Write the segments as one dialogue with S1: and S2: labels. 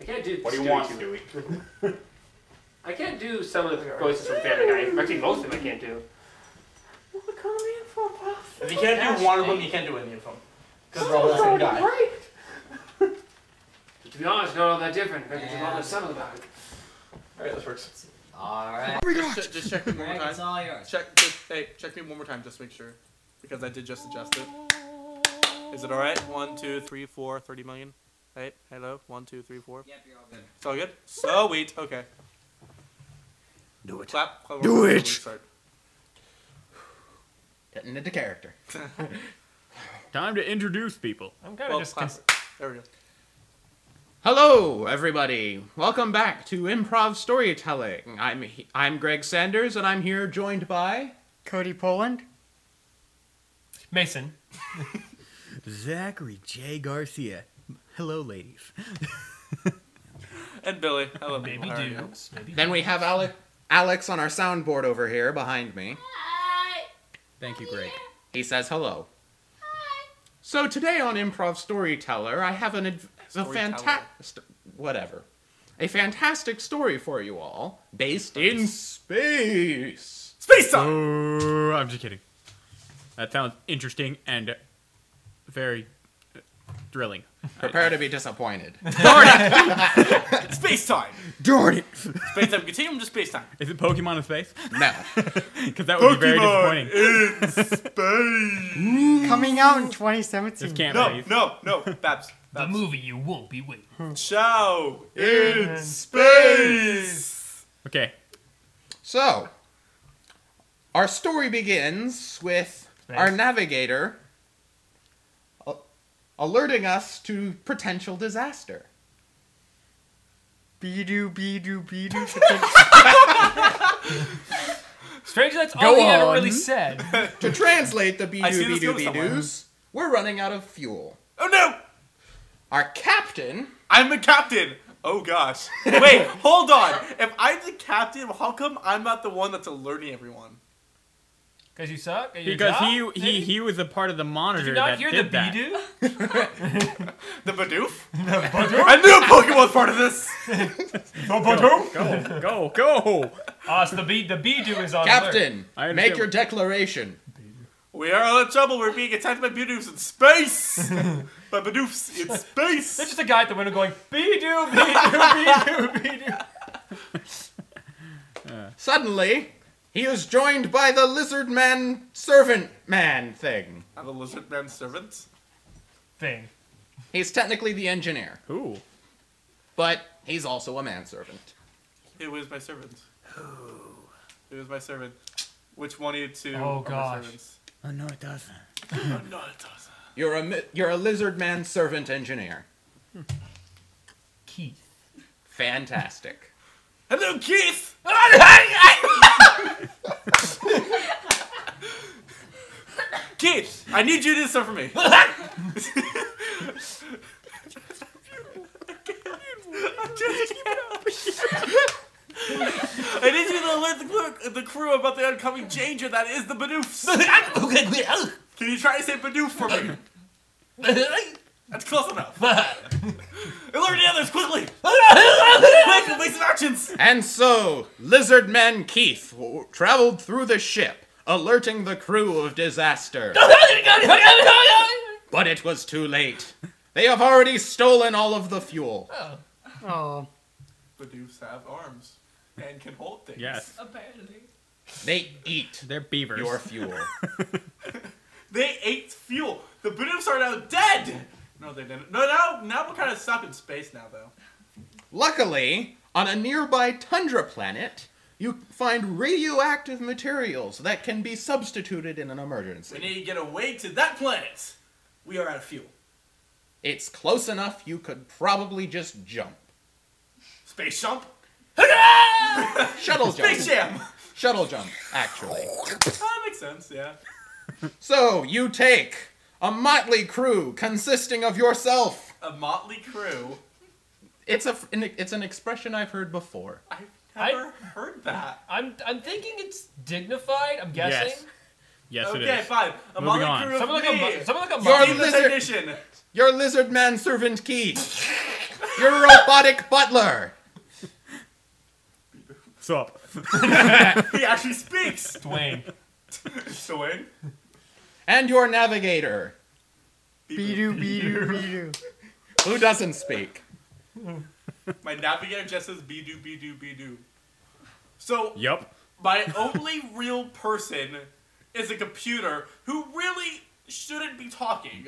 S1: I can't do.
S2: What do you
S1: Stewie
S2: want,
S1: too-
S2: Stewie?
S1: I can't do some of the voices from Family Guy. Actually, most of them I can't do. Look on the info box.
S3: If you can't do one of them, you can't do any of them. Because they're all the same guy.
S1: Right. to be honest, not all that different. Because yeah. all
S4: Yeah.
S1: the son of them.
S3: Alright, this works.
S4: Alright.
S5: Just, che- just check me one more
S4: Greg,
S5: time.
S4: it's all yours.
S5: Check, just, hey, check me one more time, just to make sure, because I did just adjust it. Is it all right? One, two, three, four, thirty million. Hey, hello. One, two, three, four.
S4: Yep, you're all good.
S5: It's all good. Sweet. Okay.
S6: Do it.
S5: Clap. clap
S6: Do
S5: clap,
S6: it.
S5: Start.
S6: Getting into character.
S7: Time to introduce people.
S3: I'm kind of
S5: Well,
S3: just.
S5: clap.
S3: cons-
S5: There we go.
S8: Hello, everybody. Welcome back to Improv Storytelling. I'm he- I'm Greg Sanders, and I'm here joined by
S6: Cody Poland.
S3: Mason.
S6: Zachary J. Garcia. Hello, ladies.
S5: And Billy. Hello, people.
S3: Baby
S5: How are you?
S3: dudes. Baby
S8: then we have Alec Alex on our soundboard over here behind me.
S6: Thank you, Greg.
S8: He says hello. So today on Improv Storyteller, I have an adv- a
S5: Storyteller.
S8: fantastic whatever, a fantastic story for you all based in space.
S5: Space time.
S7: Oh, I'm just kidding. That sounds interesting and very uh, thrilling.
S8: Prepare to be disappointed.
S5: Space time.
S6: Darn it!
S5: Space time. Continuum to space time.
S7: Is it Pokemon in space?
S8: No.
S7: Because that would be very
S5: Pokemon
S7: disappointing.
S6: Coming out in
S7: This
S6: 2017.
S7: can't
S5: No,
S7: be.
S5: no, no. Babs.
S3: The
S5: Babs.
S3: movie you won't be waiting.
S5: Ciao. In space.
S7: Okay.
S8: So, our story begins with our navigator a- alerting us to potential disaster.
S6: Beedoo, beedoo, beedoo.
S3: Stranger, that's all he ever really said.
S8: To translate the be
S5: I see
S8: doo
S5: this
S8: be doo
S5: going
S8: be doos, we're running out of fuel.
S5: Oh no!
S8: Our captain,
S5: I'm the captain. Oh gosh. Wait, hold on. If I'm the captain, how come I'm not the one that's alerting everyone?
S3: Because you suck? at your
S7: Because he
S3: job,
S7: he
S3: maybe?
S7: he was a part of the monitor
S3: Did you not
S7: that
S3: hear
S7: did
S3: the
S7: that.
S3: Bidoof?
S5: The Bidoof? I knew Pokemon was part of this.
S7: Go go go!
S3: Us, the bee, the Bidoo is on alert.
S8: captain,
S7: I
S8: make
S7: understand.
S8: your declaration.
S5: We are all in trouble. We're being attacked by Bidoofs in space. by Bidoofs in
S3: There's
S5: space.
S3: just a guy at the window going, Bidoo, Bidoo, Bidoo, Bidoo.
S8: Suddenly, he is joined by the lizard man servant man thing.
S5: I'm a lizard man servant.
S3: Thing.
S8: He's technically the engineer,
S7: Ooh,
S8: but he's also a manservant.
S5: Who is my servant? Who is my servant? Which one of you two
S3: Oh,
S5: are my
S3: gosh.
S5: servants?
S6: oh, no, it doesn't.
S5: Oh, no, it doesn't.
S8: You're a mi- you're a lizard man servant engineer.
S3: Keith.
S8: Fantastic.
S5: Hello, Keith. Keith, I need you to do something for me. I need you to alert the, clerk, the crew about the oncoming danger that is the Badoofs. Can you try to say Badoof for me? That's close enough. alert the others quickly. Quick, make some actions.
S8: And so, lizard man Keith w- traveled through the ship, alerting the crew of disaster. But it was too late. They have already stolen all of the fuel.
S6: Oh.
S5: Badoofs have arms and can hold things.
S7: yes,
S4: Apparently.
S8: They eat
S7: they're beavers.
S8: your fuel.
S5: They ate fuel. The Badoofs are now dead. No, they didn't. No, now now we're kind of stuck in space now though.
S8: Luckily, on a nearby tundra planet, you find radioactive materials that can be substituted in an
S5: We
S8: emergency.
S5: need to get away to that planet. We are out of fuel.
S8: It's close enough you could probably just jump.
S5: Space jump.
S8: Shuttle jump.
S5: Space jam.
S8: Shuttle jump, actually.
S5: that makes sense. Yeah.
S8: So you take a motley crew consisting of yourself.
S5: A motley crew.
S8: It's a an, it's an expression I've heard before.
S5: I've never heard that.
S3: I'm, I'm thinking it's dignified, I'm guessing.
S7: Yes, yes it
S5: okay,
S7: is.
S5: fine. A
S7: Moving
S5: motley
S7: on.
S5: crew of
S3: Something like,
S5: me.
S3: a, mu- something like a
S8: You're
S3: mummy.
S5: Be the
S8: Lizard.
S5: technician.
S8: Your lizard man servant Keith. Your robotic butler.
S7: Sup?
S5: He actually speaks.
S3: Dwayne.
S5: Dwayne.
S8: And your navigator,
S6: Beedoo, beedoo, beedoo.
S8: who doesn't speak.
S5: My navigator just says be do be do be do. So
S7: Yup.
S5: my only real person is a computer who really shouldn't be talking.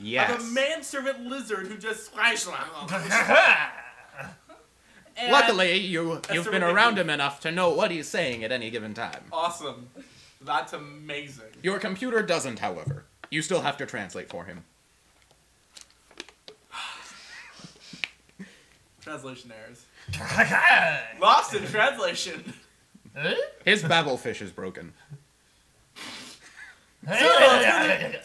S8: Yes.
S5: I'm a manservant lizard who just splash. And-
S8: Luckily, you you've
S5: the
S8: been
S5: ridiculous-
S8: around him enough to know what he's saying at any given time.
S5: awesome. That's amazing.
S8: Your computer doesn't, however. You still have to translate for him.
S5: Translation errors. Lost in translation.
S8: His babblefish is broken.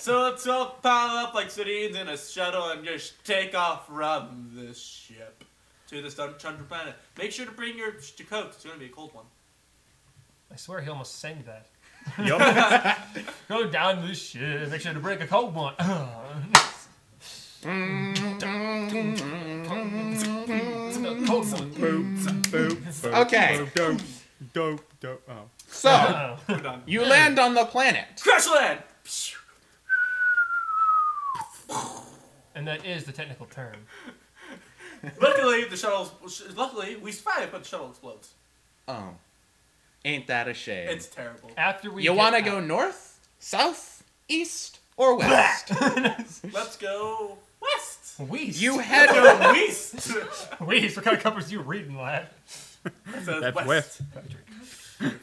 S5: So let's all pile up like sardines in a shuttle and just take off from this ship to the sun Chandra planet. Make sure to bring your sh- coats. It's gonna be a cold one.
S2: I swear he almost sang that.
S7: Yup.
S2: Go down this shit. Make sure to break a cold one. cold one.
S7: boom, boom, boom.
S8: Okay.
S7: Boom, dope, dope, dope. Oh.
S8: So
S5: We're done.
S8: you land on the planet.
S5: Crash land.
S2: And that is the technical term.
S5: Luckily, the shuttle. Luckily, we survived, but the shuttle explodes.
S8: Oh, ain't that a shame?
S5: It's terrible.
S2: After we
S8: you
S2: get
S8: want to
S2: out-
S8: go north, south, east, or west?
S5: Let's go west.
S2: Weiss.
S8: you
S5: Let's
S8: head
S5: go east.
S2: Weiss, what kind of covers you reading, lad?
S5: That's
S7: west.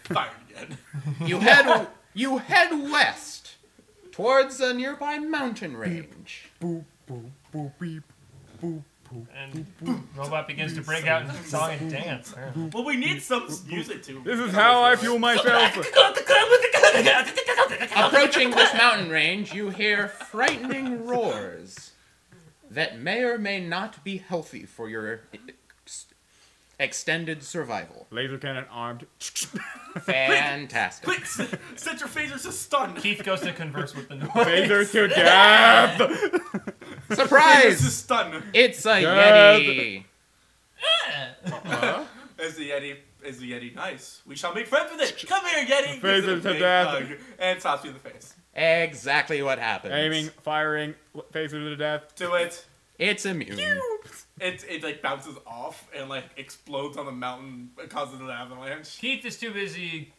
S5: Fired again.
S8: you head you head west towards a nearby mountain range.
S7: Boop, boop, boop, beep, boop, boop.
S2: And Robot begins to break out in song and dance. apparently.
S5: Well, we need some music to.
S7: This is how I fuel myself.
S8: Approaching this mountain range, you hear frightening roars that may or may not be healthy for your ex- extended survival.
S7: Laser cannon armed.
S8: Fantastic.
S5: Quick, s- set your phasers to stun.
S2: Keith goes to converse with the noise.
S7: Laser to death.
S5: Phasers to
S8: Surprise!
S5: stun.
S8: It's a
S7: Dad.
S8: Yeti.
S5: Is the Yeti is the Yeti nice? We shall make friends with it. Come here, Yeti.
S7: Face
S5: Gives it a
S7: him to
S5: big
S7: death.
S5: hug And slaps you in the face.
S8: Exactly what happens.
S7: Aiming, firing, phaser to death.
S5: To it,
S8: It's immune.
S5: it it like bounces off and like explodes on the mountain, and causes an avalanche.
S2: Keith is too busy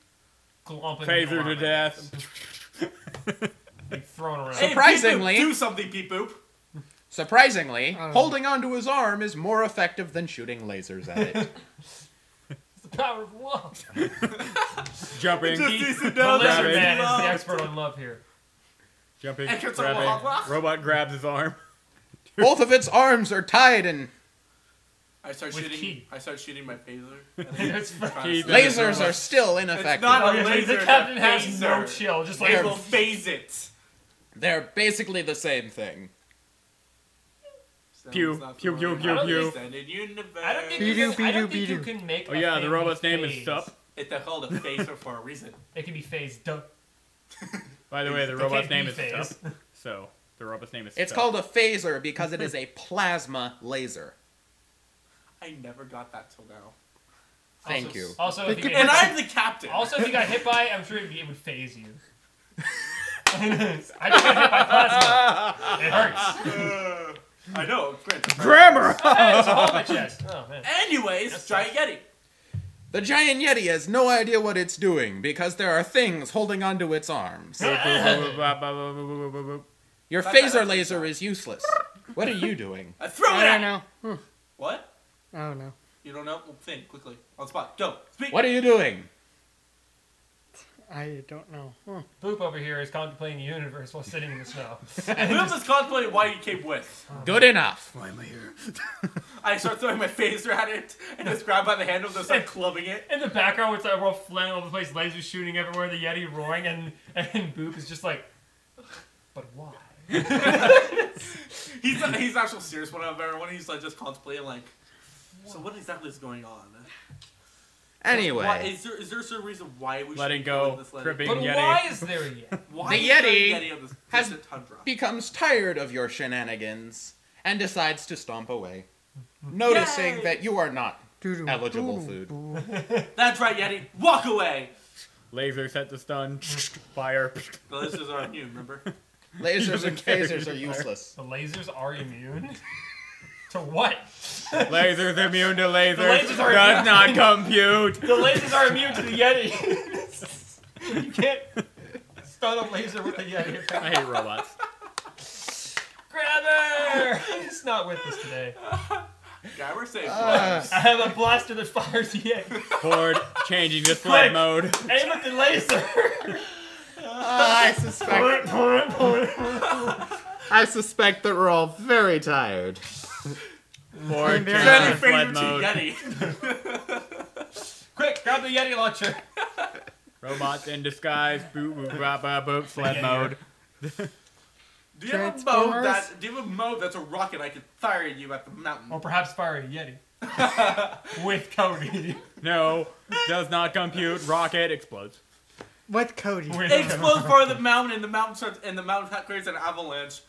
S2: glomping.
S7: Phaser to
S2: around,
S7: death.
S2: Like, thrown around.
S5: Hey,
S8: Surprisingly-
S5: Peep Boop, do something, Peep Boop.
S8: Surprisingly,
S6: Um.
S8: holding onto his arm is more effective than shooting lasers at it.
S2: It's the power of love.
S7: Jumping.
S5: Just needs to
S2: The
S5: know that
S2: lizard
S5: you're
S7: Rabbit.
S2: man is the
S5: loved.
S2: expert on love here.
S7: Jumping.
S5: And it's a
S7: Grabbing.
S5: walk.
S7: Robot grabs his arm.
S8: Both of its arms are tied and
S5: I start
S2: With
S5: shooting.
S2: key.
S5: I start shooting my phaser.
S2: It's
S7: Key.
S5: It's
S8: lasers are still
S5: not
S8: ineffective.
S2: Oh,
S5: a laser.
S2: the captain has no
S5: phaser.
S2: chill. Just like
S5: It will phase it.
S8: They're basically the same thing.
S5: So
S7: Pew,
S5: it's not
S7: pew,
S5: the
S7: pew,
S5: one
S7: pew,
S5: I don't
S7: pew.
S5: understand it, universe.
S2: I don't think,
S6: Be-do,
S2: you, can, I don't
S6: be-do,
S2: think you
S6: be-do.
S2: can make.
S7: Oh
S2: a
S7: yeah, the
S2: thing
S7: robot's name is
S2: phase.
S7: Sup.
S5: It's they're called a phaser for a reason.
S2: It can be phased. Duh.
S7: By the way, the
S2: It
S7: robot's
S2: can't
S7: name
S2: be
S7: is
S2: phased.
S7: Sup. So the robot's name is.
S8: It's
S7: Sup.
S8: called a phaser because it is a plasma laser.
S5: I never got that till now.
S8: Thank
S2: also,
S8: you.
S2: Also, if you get,
S5: And I'm the captain.
S2: also if you got hit by, it, I'm sure it would phase you. I just got hit by plasma. It hurts.
S5: Uh, I know. Great.
S7: grammar.
S2: Ah, it's a hole in my chest. Oh man.
S5: Anyways,
S2: Yes,
S5: giant yeti.
S8: The giant yeti has no idea what it's doing because there are things holding onto its arms. Your phaser laser is useless. What are you doing?
S5: I Uh, throw
S6: I
S5: it at.
S6: don't know. Hmm.
S5: What?
S6: I don't know.
S5: You don't know? Well, think quickly on the spot. Go. Speak.
S8: What are you doing?
S6: I don't know. Hmm.
S2: Boop over here is contemplating the universe while sitting in the snow.
S5: Who's this contemplating why you came with?
S8: Good enough.
S5: I start throwing my phaser at it and just grab by the handle and start clubbing it.
S2: In the background, it's like we're all flying all over the place, lasers shooting everywhere, the Yeti roaring, and and Boop is just like, but why?
S5: He's not, he's the actual serious one of everyone. He's like just contemplating like. So what exactly is going on? Why,
S8: Anyway,
S5: is there is there some reason why we
S7: Letting
S5: should be
S7: go,
S5: doing This letter?
S7: cribbing
S2: But
S7: Yeti.
S2: why is there a Yeti?
S5: Why
S8: The
S5: is there a
S8: Yeti
S5: on this
S8: has
S5: distant tundra?
S8: becomes tired of your shenanigans and decides to stomp away. noticing
S5: Yay!
S8: that you are not.
S6: Doo-doo,
S8: Eligible
S6: doo-doo,
S8: food.
S6: boo.
S5: That's right, Yeti. Walk away.
S7: Laser set to stun. Fire.
S5: Well, this is our immune, remember?
S8: Lasers and
S7: care.
S8: phasers are useless.
S2: The lasers are immune? to what?
S7: Lasers immune to laser.
S2: lasers are
S7: Does not compute.
S2: The lasers are immune to the Yeti. you can't stun a laser with a Yeti. effect.
S7: I hate robots.
S2: Grab her! It's not with us today.
S5: Yeah, we're safe.
S8: Ah.
S2: I have a blaster that fires Yeti.
S7: Ford changing to flight
S2: Quick.
S7: mode.
S2: Aim at the laser!
S8: I suspect. I suspect that we're all very tired.
S6: Very
S7: Ford changing
S5: Jenny
S7: to
S6: nice.
S5: favorite
S7: flight
S5: to
S7: mode.
S5: Yeti.
S2: Quick, grab the Yeti launcher.
S7: Robots in disguise. Boot, boot, bop, bop, boot. Flight
S2: Yeah.
S7: mode.
S5: Do you have a mode
S6: Transformers?
S5: that? Do you have a mode that's a rocket I could fire at you at the
S2: Or
S5: mountain?
S2: perhaps fire a Yeti. with Cody.
S7: No, does not compute. Rocket explodes.
S6: What Cody?
S2: With
S5: It explodes for the mountain, and the mountain starts, and the mountain creates an avalanche.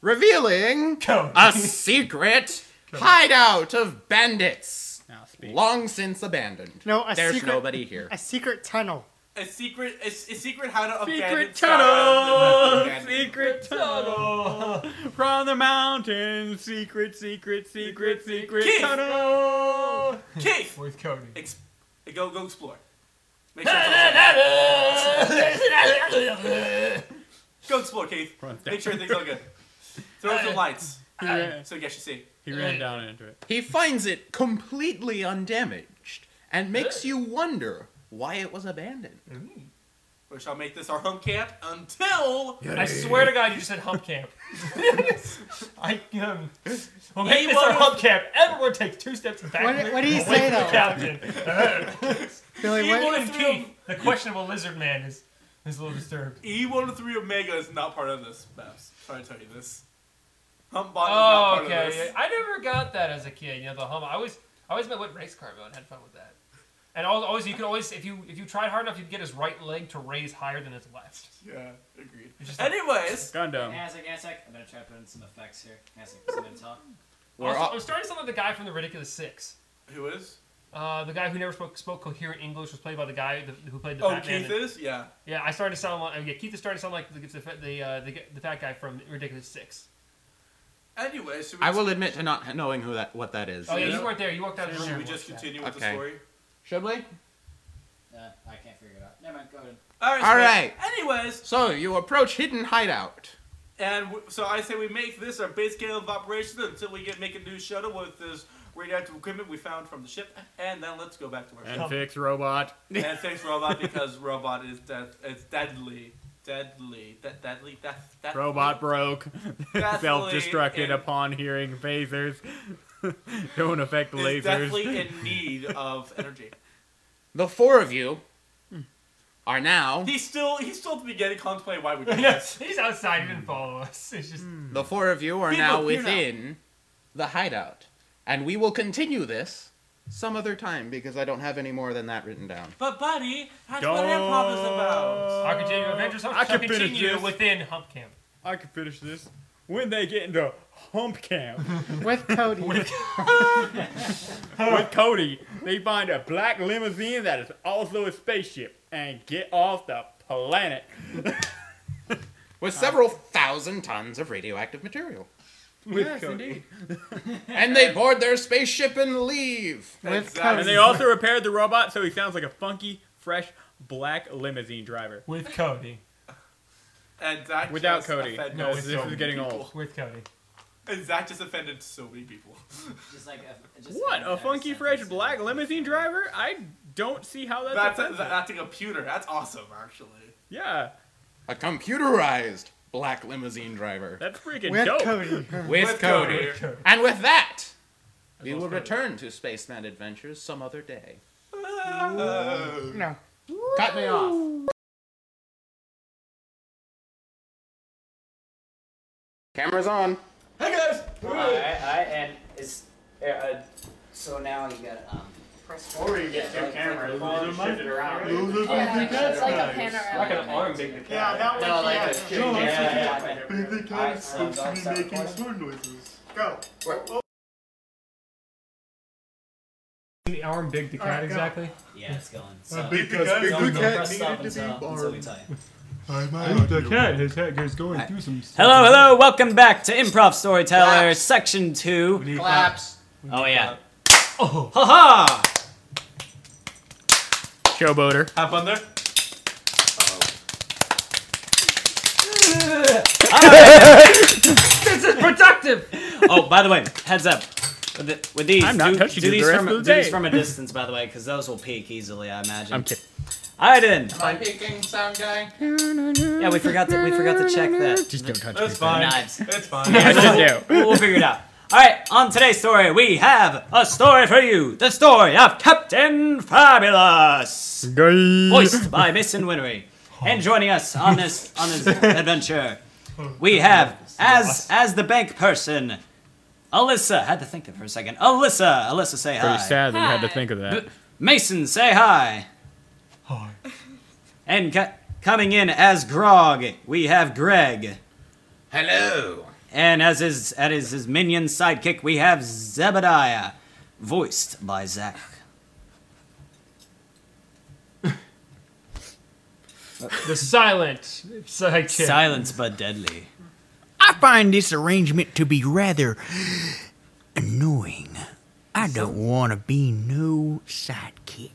S8: Revealing
S2: Cody.
S8: a secret hideout of bandits,
S7: Now speak.
S8: long since abandoned.
S6: No, a
S8: There's
S6: secret-
S8: nobody here.
S6: A secret tunnel.
S5: A secret, a, a secret how to abandon
S7: Secret
S5: Sauron.
S7: tunnel, secret tunnel, from the mountain. Secret, secret, secret, secret
S5: Keith.
S7: tunnel.
S5: Keith,
S2: With Cody.
S5: ex- go go explore. Make sure it's go explore, Keith.
S7: Runs down.
S5: Make sure things are good. Throw up some lights
S7: He ran,
S5: so you guys should see.
S7: he ran down into it.
S8: He finds it completely undamaged and makes you wonder why it was abandoned.
S5: We shall make this our home camp until
S2: I swear to God, you said hump camp. I um, well, make
S5: You
S2: this our
S5: wanna-
S2: hump camp. Everyone takes two steps back.
S6: What- what do you
S2: away
S6: say,
S2: from the
S6: though?
S2: Captain.
S6: Billy,
S5: Evil
S6: what?
S5: and
S2: and
S5: three,
S2: Keith, the questionable lizard man, is is a little disturbed.
S5: E1 to 3 Omega is not part of this, Babs. Sorry to tell you this. Hump Bond is not
S2: Oh,
S5: part of
S2: okay.
S5: this.
S2: yeah. I never got that as a kid. You know, the hum. I always, I always met with race car mode and had fun with that. And al- always, you could always, if you if you tried hard enough, you'd get his right leg to raise higher than his left.
S5: Yeah, agreed.
S2: It's just like-
S5: Anyways,
S7: Gundam.
S4: Hang on a sec, hang on a sec. I better try putting some effects here. Hang on a sec, I'm gonna talk.
S8: We're
S2: Also,
S8: all-
S2: I'm starting to sound like the guy from the Ridiculous Six.
S5: who is?
S2: Uh, the guy who never spoke, spoke coherent English was played by the guy th- who played the
S5: Oh,
S2: fat man.
S5: Keith is? Yeah.
S2: Yeah, I started to sound like oh, yeah, Keith is starting to sound like the the the, uh, the, the fat guy from Ridiculous Six.
S5: Anyways, should we,
S8: I will admit to not knowing who that what that is.
S2: Oh yeah,
S5: Yeah.
S2: you weren't there. You walked out of the room.
S5: should we
S2: and
S5: just
S2: watched
S5: continue with the
S8: Okay.
S5: story?
S8: Should we?
S4: Uh, I can't figure it out. Never mind, go ahead.
S5: Alright.
S8: All
S5: so-
S8: right.
S5: Anyways,
S8: So you approach hidden hideout.
S5: And w- so I say we make this our base scale of operations until we get make a new shuttle with this radioactive equipment we found from the ship, and then let's go back to our ship.
S7: And fix robot.
S5: and thanks, robot, because robot is death. It's deadly, deadly, de- deadly, death, death.
S7: Robot broke.
S5: Deathly
S7: Self-destructed
S5: in-
S7: upon hearing phasers. Don't affect
S5: is deathly
S7: lasers.
S5: in need of energy.
S8: The four of you
S6: Hmm.
S8: are now
S5: He's still he's still at the beginning contemplating why we did
S2: it. Yeah,
S5: this.
S2: He's outside. He didn't follow us. It's just
S8: the four of you are
S5: People,
S8: now
S5: you're not-
S8: within the hideout, and we will continue this some other time because I don't have any more than that written down.
S5: But buddy, that's what improv is about.
S2: I continue. Avengers Hulk
S7: I
S2: shall
S7: can finish
S2: continue
S7: this.
S2: within Hump Camp.
S7: I can finish this. When they get into hump camp
S6: With Cody.
S7: with Cody, they find a black limousine that is also a spaceship and get off the planet.
S8: with several thousand tons of radioactive material.
S7: With Cody.
S8: And they board their spaceship and leave.
S6: With
S5: Exactly.
S6: Cody.
S7: And they also repaired the robot so he sounds like a funky, fresh, black limousine driver.
S2: With Cody.
S5: And Zach
S7: Without
S5: just
S7: Cody.
S5: offended
S7: No,
S5: so
S7: this is
S5: many
S7: getting
S5: people.
S7: old.
S2: With Cody.
S5: And Zach just offended so many people.
S4: Just like a, just
S7: What?
S4: like
S7: A funky, fresh,
S4: sentence.
S7: black limousine driver? I don't see how that's,
S5: That's a,
S7: offensive.
S5: that's a computer. That's awesome, actually.
S7: Yeah,
S8: A computerized black limousine driver
S7: that's freaking
S6: With
S7: dope.
S6: Cody.
S8: with,
S5: With
S8: Cody.
S5: Cody.
S2: Cody.
S8: And with that, we
S7: love
S8: will
S7: Cody.
S8: return to Spaceman Adventures some other day.
S5: Uh,
S6: No.
S8: Cut me off. Camera's on.
S5: Hey guys!
S4: Alright, alright, and it's. Uh, uh, so now you gotta, um. Press forward to get
S1: two cameras, and shift it around.
S9: It's like a panorama.
S1: Like an arm big to count.
S6: that
S4: No, like a two
S1: No,
S4: camera.
S1: that's
S4: yeah, yeah. Alright, so I'm gonna start recording.
S9: noises. Go.
S2: the arm big the cat
S6: Alright, go.
S2: exactly?
S4: Yeah, it's going. So,
S5: big cat- big
S4: don't, don't
S5: cat
S4: press stop
S5: needed to
S4: until,
S5: be
S4: until we tell you.
S2: the cat, his head is going through some
S10: Hello, hello, welcome back to Improv Storyteller, Section 2.
S8: Claps.
S10: Oh, yeah. Oh, haha!
S7: Showboater.
S3: Hop on there.
S2: This is productive!
S10: Oh, by the way, heads up. With, the, with these,
S7: I'm not
S10: do,
S7: touching
S10: do
S7: you
S10: these
S7: the rest
S10: from,
S7: of the
S10: do these
S7: day.
S10: from a distance, by the way, because those will peak easily, I imagine.
S7: I'm kidding.
S10: All right, then.
S8: Am I peeking, sound guy?
S10: Yeah, we forgot to, we forgot to check that.
S7: Just don't touch
S3: That's
S7: me.
S3: fine.
S10: Knives.
S3: It's fine.
S7: I just do.
S10: We'll we'll figure it out. All right, on today's story, we have a story for you. The story of Captain Fabulous. voiced by Mason Winery. And joining us on this on this adventure, we have as as the bank person, Alyssa. Had to think there for a second. Alyssa, Alyssa, say
S7: Pretty
S10: hi.
S7: sad that we had to think of that.
S10: Mason, say hi.
S2: Hi.
S10: And co- coming in as Grog, we have Greg.
S8: Hello.
S10: And as his as his, his minion sidekick, we have Zebediah, voiced by Zach.
S2: The silent sidekick.
S10: Silence but deadly.
S11: I find this arrangement to be rather annoying. I don't want to be no sidekick.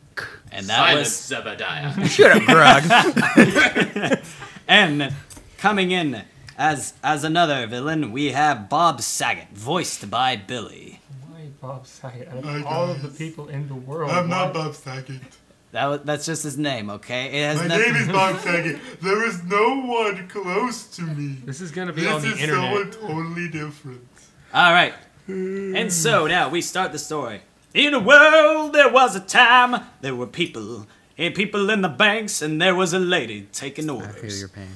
S10: And that
S8: Silent
S10: was
S8: Zebediah.
S11: Shut up, Grog.
S10: And coming in as as another villain, we have Bob Saget, voiced by Billy.
S2: Why Bob Saget? Out of
S5: Hi,
S2: all of
S5: guys.
S2: the people in the world.
S5: I'm not
S2: why-
S5: Bob Saget.
S10: That was, that's just his name, okay? It has
S5: My
S10: nothing-
S5: name is Bob Saget. There is no one close to me.
S2: This is gonna be on
S5: This
S2: the
S5: is
S2: internet.
S5: someone totally different.
S10: All right. And so now we start the story. In a world, there was a time there were people, and people in the banks, and there was a lady taking orders.
S11: Feel your pain.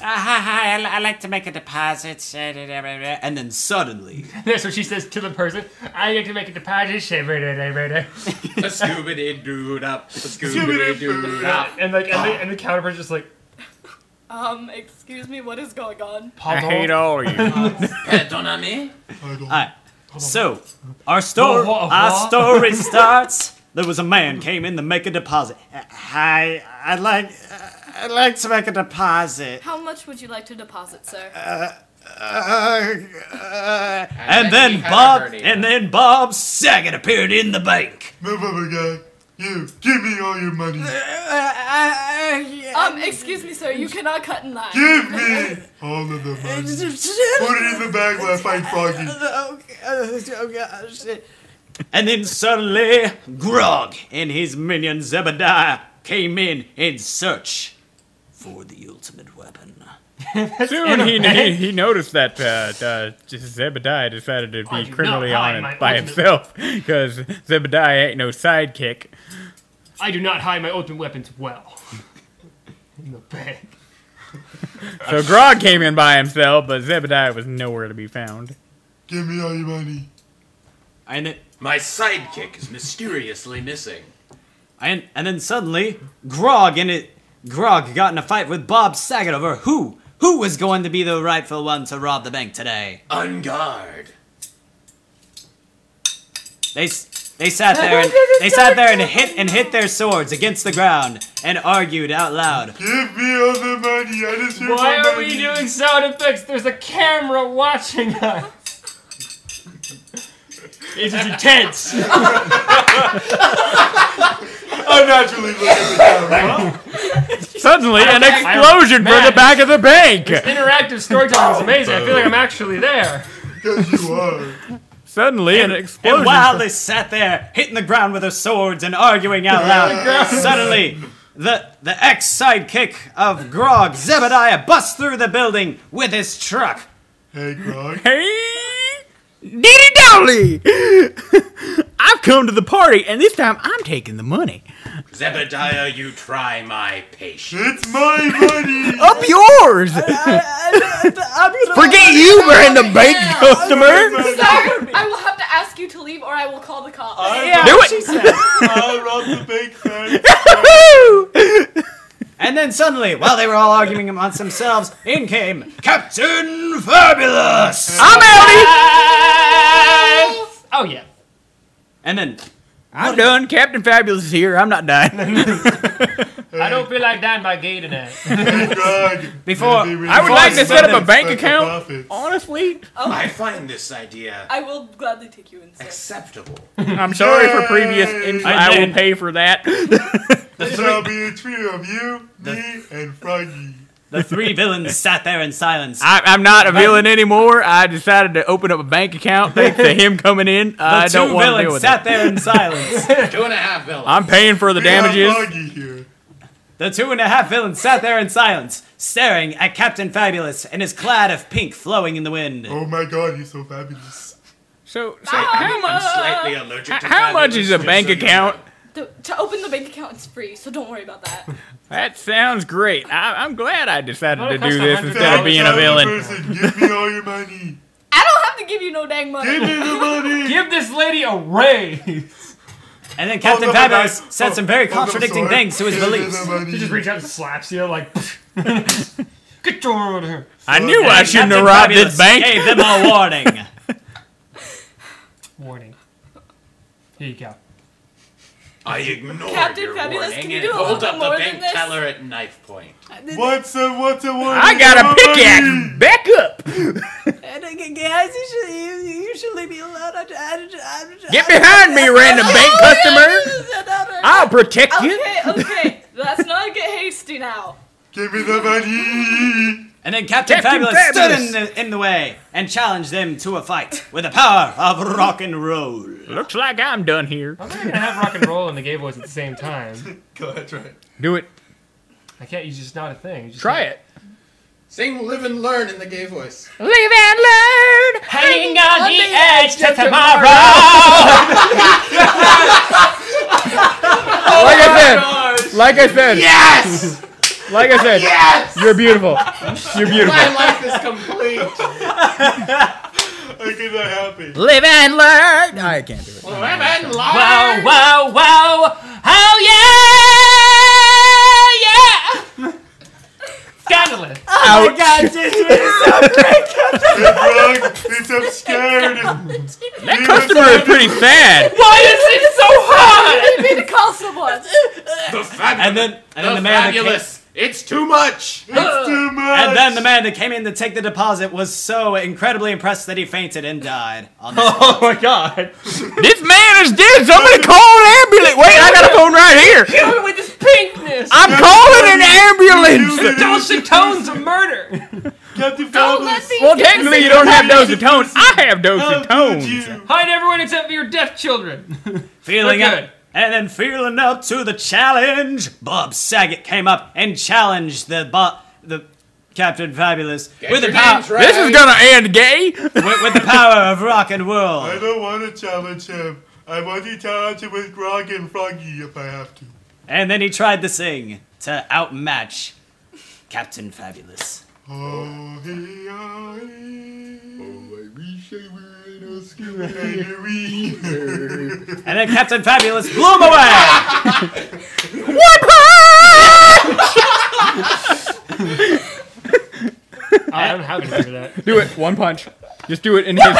S10: Ah, hi, hi, I, li- I like to make a deposit. And then suddenly,
S2: That's what she says to the person. I need to make a deposit. shiver, da, da, da, da."
S8: A Scooby Doo doo up. Scooby Doo up.
S2: And like, and the, and the counter person's just like,
S9: Um, excuse me, what is going on?
S7: I hate all of you.
S8: Pardon me.
S5: I don't.
S10: Alright. So, our story,
S2: Whoa, whoa,
S10: our
S2: what?
S10: story starts. There was a man came in to make a deposit. Uh, Hi, I'd like, uh, I'd like to make a deposit.
S9: How much would you like to deposit, sir?
S10: Uh, uh,
S8: think he
S10: and then
S8: had
S10: Bob,
S8: already.
S10: and then Bob Saget appeared in the bank.
S5: Motherfucker guy, you give me all your money.
S9: um, excuse me, sir, you cannot cut in line.
S5: Give me all of the money. Put it in the bag where I find Froggy.
S10: And then suddenly, Grog and his minion Zebediah came in in search for the ultimate weapon.
S7: Soon he, he, he noticed that uh, uh, Zebediah decided to
S2: I
S7: be
S2: do not
S7: criminally
S2: hide
S7: on
S2: my
S7: it by
S2: ultimate-
S7: himself because Zebediah ain't no sidekick.
S2: I do not hide my open weapons well. in the bank. Uh,
S7: So Grog came in by himself, but Zebediah was nowhere to be found.
S5: Give me all your money.
S10: And then,
S8: My sidekick is mysteriously missing.
S10: and, and then suddenly, Grog and it, Grog got in a fight with Bob Saget over who who was going to be the rightful one to rob the bank today.
S8: Unguard.
S10: They s- they sat there and they sat there and hit and hit their swords against the ground and argued out loud.
S5: Give me all the money. I just hear
S2: Why
S5: my
S2: are
S5: money.
S2: we doing sound effects? There's a camera watching us. It's just intense.
S5: I'm naturally looking at the camera.
S7: Suddenly, an explosion from the
S2: mad.
S7: back of the bank.
S2: Interactive storytelling is amazing. I feel like I'm actually there.
S5: Because you are.
S7: Suddenly, an
S10: And
S7: explosion.
S10: while they sat there hitting the ground with their swords and arguing out loud, suddenly the the ex sidekick of Grog Zebediah busts through the building with his truck.
S5: Hey, Grog.
S11: Diddy Dolly! I've come to the party, and this time I'm taking the money.
S8: Zebediah, you try my patience.
S5: It's my money.
S11: Up yours! Forget you were in the bank, customer!
S9: Sir, I will have to ask you to leave or I will call the cops.
S11: Do it!
S5: I robbed the bank first.
S10: And then suddenly, while they were all arguing amongst themselves, in came Captain Fabulous.
S11: I'm outie!
S2: Oh yeah.
S10: And then
S7: I'm done. Captain Fabulous is here. I'm not dying.
S11: I don't feel like dying by gay tonight.
S7: Before I would like to set up a bank account. Honestly,
S5: I find this idea
S9: I will gladly take you inside.
S5: acceptable.
S7: I'm sorry for previous. Info.
S5: I
S7: I will
S5: did.
S7: pay for that.
S5: There shall be a trio of you, me, and Froggy.
S10: The three villains sat there in silence.
S7: I, I'm not a villain anymore. I decided to open up a bank account thanks to him coming in.
S10: The
S7: I
S10: two
S7: don't want to deal
S10: villains
S7: with
S10: sat
S7: that.
S10: there in silence.
S8: Two and a half villains.
S7: I'm paying for the damages.
S10: The two and a half villains sat there in silence, staring at Captain Fabulous and his cloud of pink flowing in the wind.
S5: Oh my god, you're so fabulous.
S7: So,
S9: how much?
S5: slightly allergic to
S7: How much is a bank account?
S9: The, to open the bank account is free, so don't worry about that.
S7: That sounds great. I, I'm glad I decided
S9: Well, it
S7: to do
S9: costs
S7: this
S9: $100
S7: instead of being a villain.
S5: Person, give me all your money.
S9: I don't have to give you no dang money.
S5: Give me the money.
S11: Give this lady a raise.
S10: And then Captain
S11: Hold up,
S10: Fabulous
S11: guys.
S10: said
S11: Oh,
S10: some very
S11: hold up,
S10: contradicting
S11: sorry.
S10: things to his
S11: Give me the
S10: beliefs.
S11: money. He just reaches out and slaps you like, get your arm over here.
S7: I knew
S10: And
S7: I shouldn't
S10: Captain
S7: have robbed this
S10: Fabulous
S7: bank.
S10: Gave them a warning.
S11: Warning. Here you go.
S5: I ignore
S9: Captain your Fabulous, warning can you and do a hold little up bit the more than bank this? teller
S5: at knife point.
S9: did-
S5: What's a what's a one?
S7: I got a pickaxe. Back up.
S9: And again, guys, you should you, you should leave me alone. I, I, I, I,
S7: Get behind me, random bank
S9: Oh,
S7: customer. I'll protect you.
S9: Okay, okay, let's not get hasty now.
S5: Give me the money.
S10: And then Captain,
S9: Captain
S10: Fabulous, stood in the, in the way and challenged them to a fight with the power of rock and roll.
S7: Looks like I'm done here.
S11: I'm not gonna have rock and roll and the gay voice at the same time.
S8: Go ahead, try it.
S7: Do it.
S11: I can't. It's just not a thing. It's just
S7: Try
S11: not-
S7: it.
S8: Sing Live and Learn in the gay voice.
S7: Live and learn.
S11: Hanging on the edge to
S7: Like I said. Like I said.
S8: Yes!
S7: Like I said.
S8: Yes!
S7: You're beautiful. You're
S8: My
S7: beautiful.
S8: life is complete. I could not help it.
S7: Live and learn. I can't do it.
S8: Live and learn.
S11: Wow, wow, wow. Hell yeah! Yeah! Scandalous.
S5: Oh my
S10: god, this
S5: is so great! It's scared.
S7: That customer is pretty sad.
S11: Why is it so
S9: You need me to call someone.
S10: And then, and then the, man
S8: fabulous.
S10: that came, it's too much.
S5: It's too much.
S10: And then the man that came in to take the deposit was so incredibly impressed that he fainted and died. On the
S7: Oh my god. This man is dead. Somebody call an ambulance. Wait, I got a phone right here.
S11: Human with his pinkness.
S7: I'm calling an ambulance.
S11: Dulcet tones of murder.
S5: Don't
S11: let these
S7: Well, technically, you don't have dose of tones. I have dose of tones.
S11: Hide everyone except for your deaf children.
S10: Feeling
S11: We're
S10: up, and then feeling up to the challenge, Bob Saget came up and challenged the bo- the Captain Fabulous
S5: Get
S10: with the
S5: your
S10: power.
S5: names right. This is gonna
S7: end gay.
S10: with, with the power of rock and roll.
S5: I don't want to challenge him. I want to challenge him with Grog and Froggy if I have to.
S10: And then he tried to sing to outmatch Captain Fabulous.
S5: Oh, hey, oh, hey. Oh, I wish I were in a school and
S10: And then Captain Fabulous blew him away.
S7: What?
S11: I don't have anything for that.
S7: Do it. One punch. Just do it in his. No,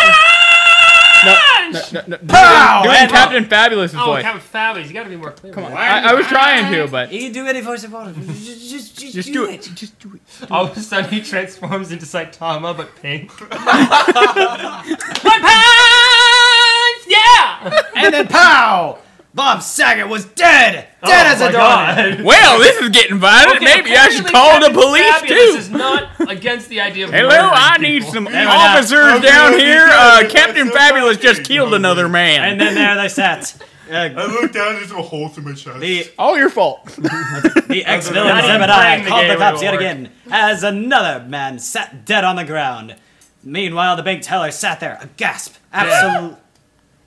S7: no, no, no. Do
S10: Pow!
S7: it- Do it in
S10: And-
S7: Captain Fabulous'
S11: Oh,
S7: voice.
S11: Captain Fabulous, you gotta be more clear. Come
S7: on. I, I was trying to, but
S10: You can do any voice you want. Just, just, just,
S7: Just
S10: do
S7: do
S10: it.
S7: Just do it.
S11: All of a sudden, he transforms into Saitama, but pink.
S10: One punch! Yeah! and then pow! Bob Saget was dead! Dead
S11: Oh
S10: as
S11: my
S10: a
S11: God.
S10: doornail!
S7: Well, this is getting violent.
S11: Okay,
S7: Maybe I should call
S11: apparently
S7: the
S11: Captain
S7: police
S11: Fabulous
S7: too.
S11: is not against the idea of
S7: Hello,
S11: murdering
S7: I
S11: people.
S7: need some
S11: There we go.
S7: officers down here. Uh, Captain Fabulous just killed another man.
S10: And then there they sat.
S5: I looked down into a hole through my chest.
S7: All your fault.
S10: The ex villain
S5: Not even
S10: Zebediah
S5: playing the
S10: called the
S5: game
S10: cops yet
S5: anymore.
S10: again as another man sat dead on the ground. Meanwhile, the bank teller sat there, agasp, absol-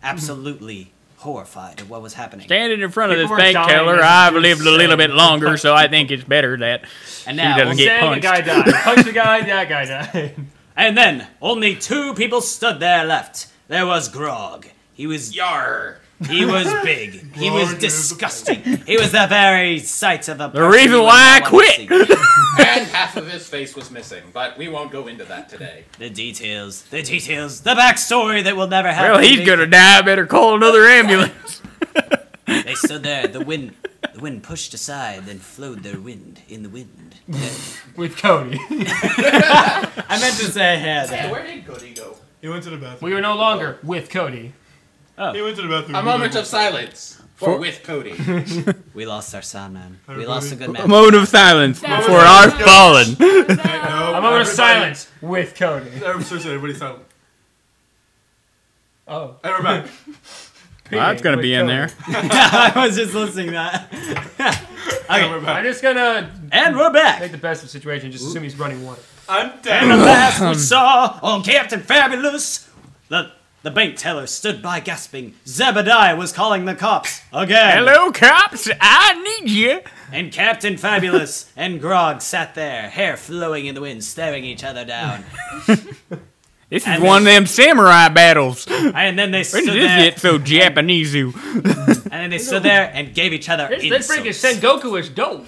S10: absolutely horrified at what was happening.
S7: Standing in front of this
S10: People were
S7: bank
S10: dying
S7: teller,
S10: as
S7: I've
S10: Jews
S7: lived a little
S10: sang.
S7: bit longer, so I think it's better that
S10: And
S7: she
S10: now-
S7: doesn't get
S11: The
S10: Send
S7: punched.
S11: guy died. Punch the guy. That guy died.
S10: And then only two people stood there left. There was Grog. He was Yar. He was big. he was disgusting. He was the very sight of a person
S7: reason
S10: you would
S7: why
S10: not
S7: I
S10: want to
S7: quit.
S10: see.
S8: and half of his face was missing, but we won't go into that today.
S10: the details, the details, the backstory that will never happen.
S7: Well, he's gonna die. I better call another ambulance.
S10: stood there. The wind, the wind pushed aside, then flowed their wind in the wind.
S12: With Cody.
S10: I meant to say, yeah. that.
S3: did Cody go?
S12: He went to the bathroom.
S2: We were no longer with Cody.
S10: Oh.
S12: He went to the bathroom.
S10: A moment of
S8: silence
S10: for For-
S8: with Cody.
S10: we lost our sound man. We lost a good man.
S7: A moment of silence
S10: That
S7: before
S10: was-
S7: our fallen.
S2: A moment of silence with Cody.
S12: I'm so sorry, everybody's silent.
S2: Oh.
S12: And we're back.
S7: Well, that's gonna be in there.
S10: I was just listening to that. okay.
S2: I'm just gonna.
S10: And we're back.
S2: Make the best of the situation. Just assume he's running water.
S12: I'm
S10: And the last we saw on Captain Fabulous, the the bank teller stood by gasping. Zebediah was calling the cops again.
S11: Hello, cops. I need you.
S10: And Captain Fabulous and Grog sat there, hair flowing in the wind, staring each other down.
S7: This is
S10: And
S7: one of them samurai battles.
S10: And then they
S7: When
S10: stood
S7: did
S10: there,
S7: this get so Japanese?
S10: and then they stood there and gave each other
S2: This, this
S10: insults.
S2: freaking Sengoku is dope.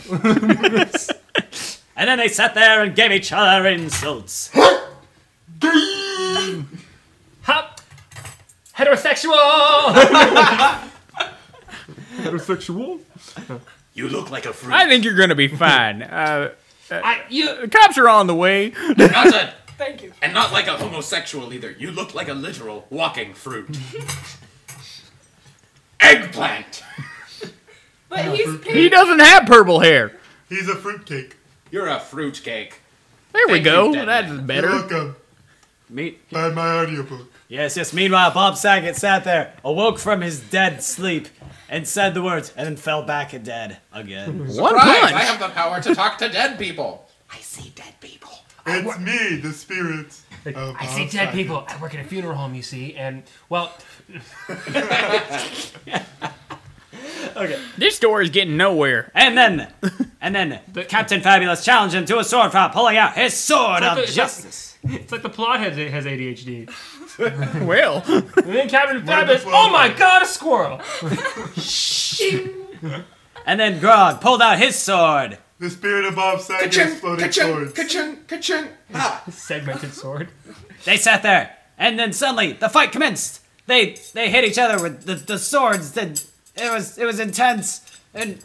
S10: And then they sat there and gave each other insults.
S2: Hop. Heterosexual.
S12: Heterosexual?
S8: You look like a freak.
S7: I think you're gonna be fine. Uh, uh,
S2: I, you,
S7: cops are on the way.
S8: Not a,
S9: Thank you.
S8: and not like a homosexual either. You look like a literal walking fruit. Eggplant.
S9: But he's pink.
S7: He doesn't have purple hair.
S12: He's a fruitcake.
S8: You're a fruitcake.
S7: There we
S8: Thank you,
S7: go.
S8: Deadman.
S7: That's better.
S12: welcome.
S10: Meet.
S12: Buy my audiobook.
S10: Yes, yes. Meanwhile, Bob Saget sat there, awoke from his dead sleep, and said the words, and then fell back dead again.
S8: Surprise, I have the power to talk to dead people. I see dead people.
S12: It's me, the spirit. Of
S2: I see dead people. I work at a funeral home, you see, and well.
S10: okay.
S7: This story is getting nowhere.
S10: And then, and then, Captain Fabulous challenged him to a sword fight, pulling out his sword
S2: It's
S10: of
S2: like the-
S10: justice.
S2: It's like the plot has, has ADHD.
S7: well.
S2: And then Captain Fabulous, oh my god, a squirrel!
S10: And then Grog pulled out his sword.
S12: The spirit of Bob Saget
S8: Ka-ching,
S12: exploded
S8: ka-ching,
S12: swords.
S8: ka-ching, ka-ching. Ah.
S2: Segmented sword.
S10: They sat there, and then suddenly the fight commenced. They they hit each other with the, the swords. And it was it was intense. And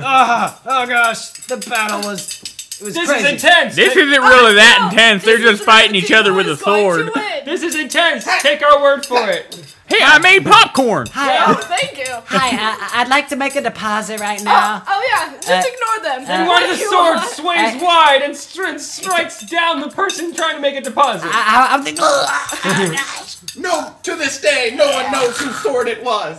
S10: Ah, oh gosh, the battle was it was
S2: This is
S10: crazy.
S2: intense.
S7: This isn't really that intense. They're just fighting each other with a sword.
S2: This is intense. Take our word for it.
S7: Hey, I made popcorn.
S9: Hi, oh, thank you.
S10: uh, Hi, I, I'd like to make a deposit right
S9: Oh,
S10: now.
S9: oh yeah, just
S10: Uh,
S9: ignore them.
S10: uh,
S9: They're
S2: Why
S9: what
S2: the
S9: you
S2: sword
S9: want.
S2: swings wide and str- strikes down the person trying to make a deposit.
S7: Ah,
S10: I, I, am thinking.
S8: No, to this day, no one knows whose sword it was.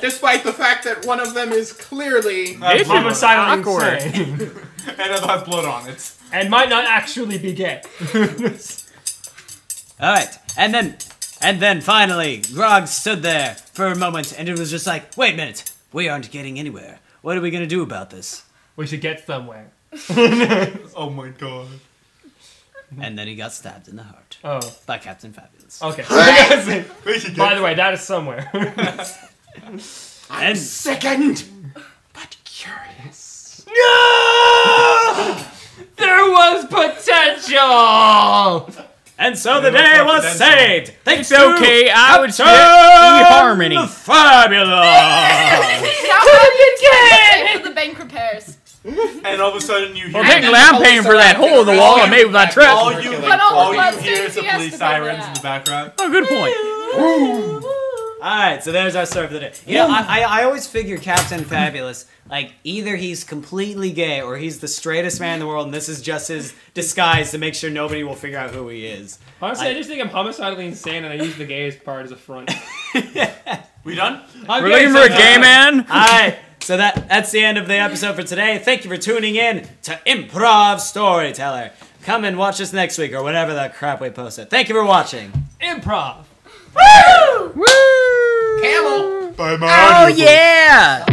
S8: Despite the fact that one of them is clearly
S2: This is homicidal
S8: awkward.
S2: insane.
S12: And it has blood on it.
S2: and might not actually be gay.
S10: All right, and then and then finally, Grog stood there for a moment, and it was just like, wait a minute, we aren't getting anywhere. What are we gonna do about this?
S2: We should get somewhere.
S12: oh my god.
S10: And then he got stabbed in the heart.
S2: Mm-hmm. Oh.
S10: By Captain Fabulous.
S2: Okay.
S12: We should
S2: By
S12: get-
S2: the way, that is somewhere.
S10: I'm
S8: sickened,
S2: No! There was potential!
S10: And so the
S2: There was
S10: day was
S2: potential.
S10: saved! Thanks
S7: It's okay.
S10: to
S7: I would
S10: Captain
S7: say eHarmony.
S10: Fabulous!
S9: Pay for the bank repairs.
S12: And all of a sudden you hear.
S7: Well, technically, I'm paying for that hole in the wall I made with my truck.
S12: All you,
S9: But all the
S12: all you
S9: bloodstains
S12: hear is the
S9: he has
S12: police
S9: to cover
S12: sirens in the background.
S7: Oh, good point.
S10: Alright, so there's our serve of the day. You know, I, I, I always figure Captain Fabulous, like, either he's completely gay or he's the straightest man in the world, and this is just his disguise to make sure nobody will figure out who he is.
S2: Honestly, I,
S10: I-
S2: just think I'm homicidally insane and I use the gayest part as a front.
S12: we done?
S7: We're looking for a gay man.
S10: Alright, so that that's the end of the episode for today. Thank you for tuning in to Improv Storyteller. Come and watch us next week or whenever that crap we post it. Thank you for watching.
S2: Improv!
S10: Woo!
S8: Camel.
S12: By
S11: Oh, yeah.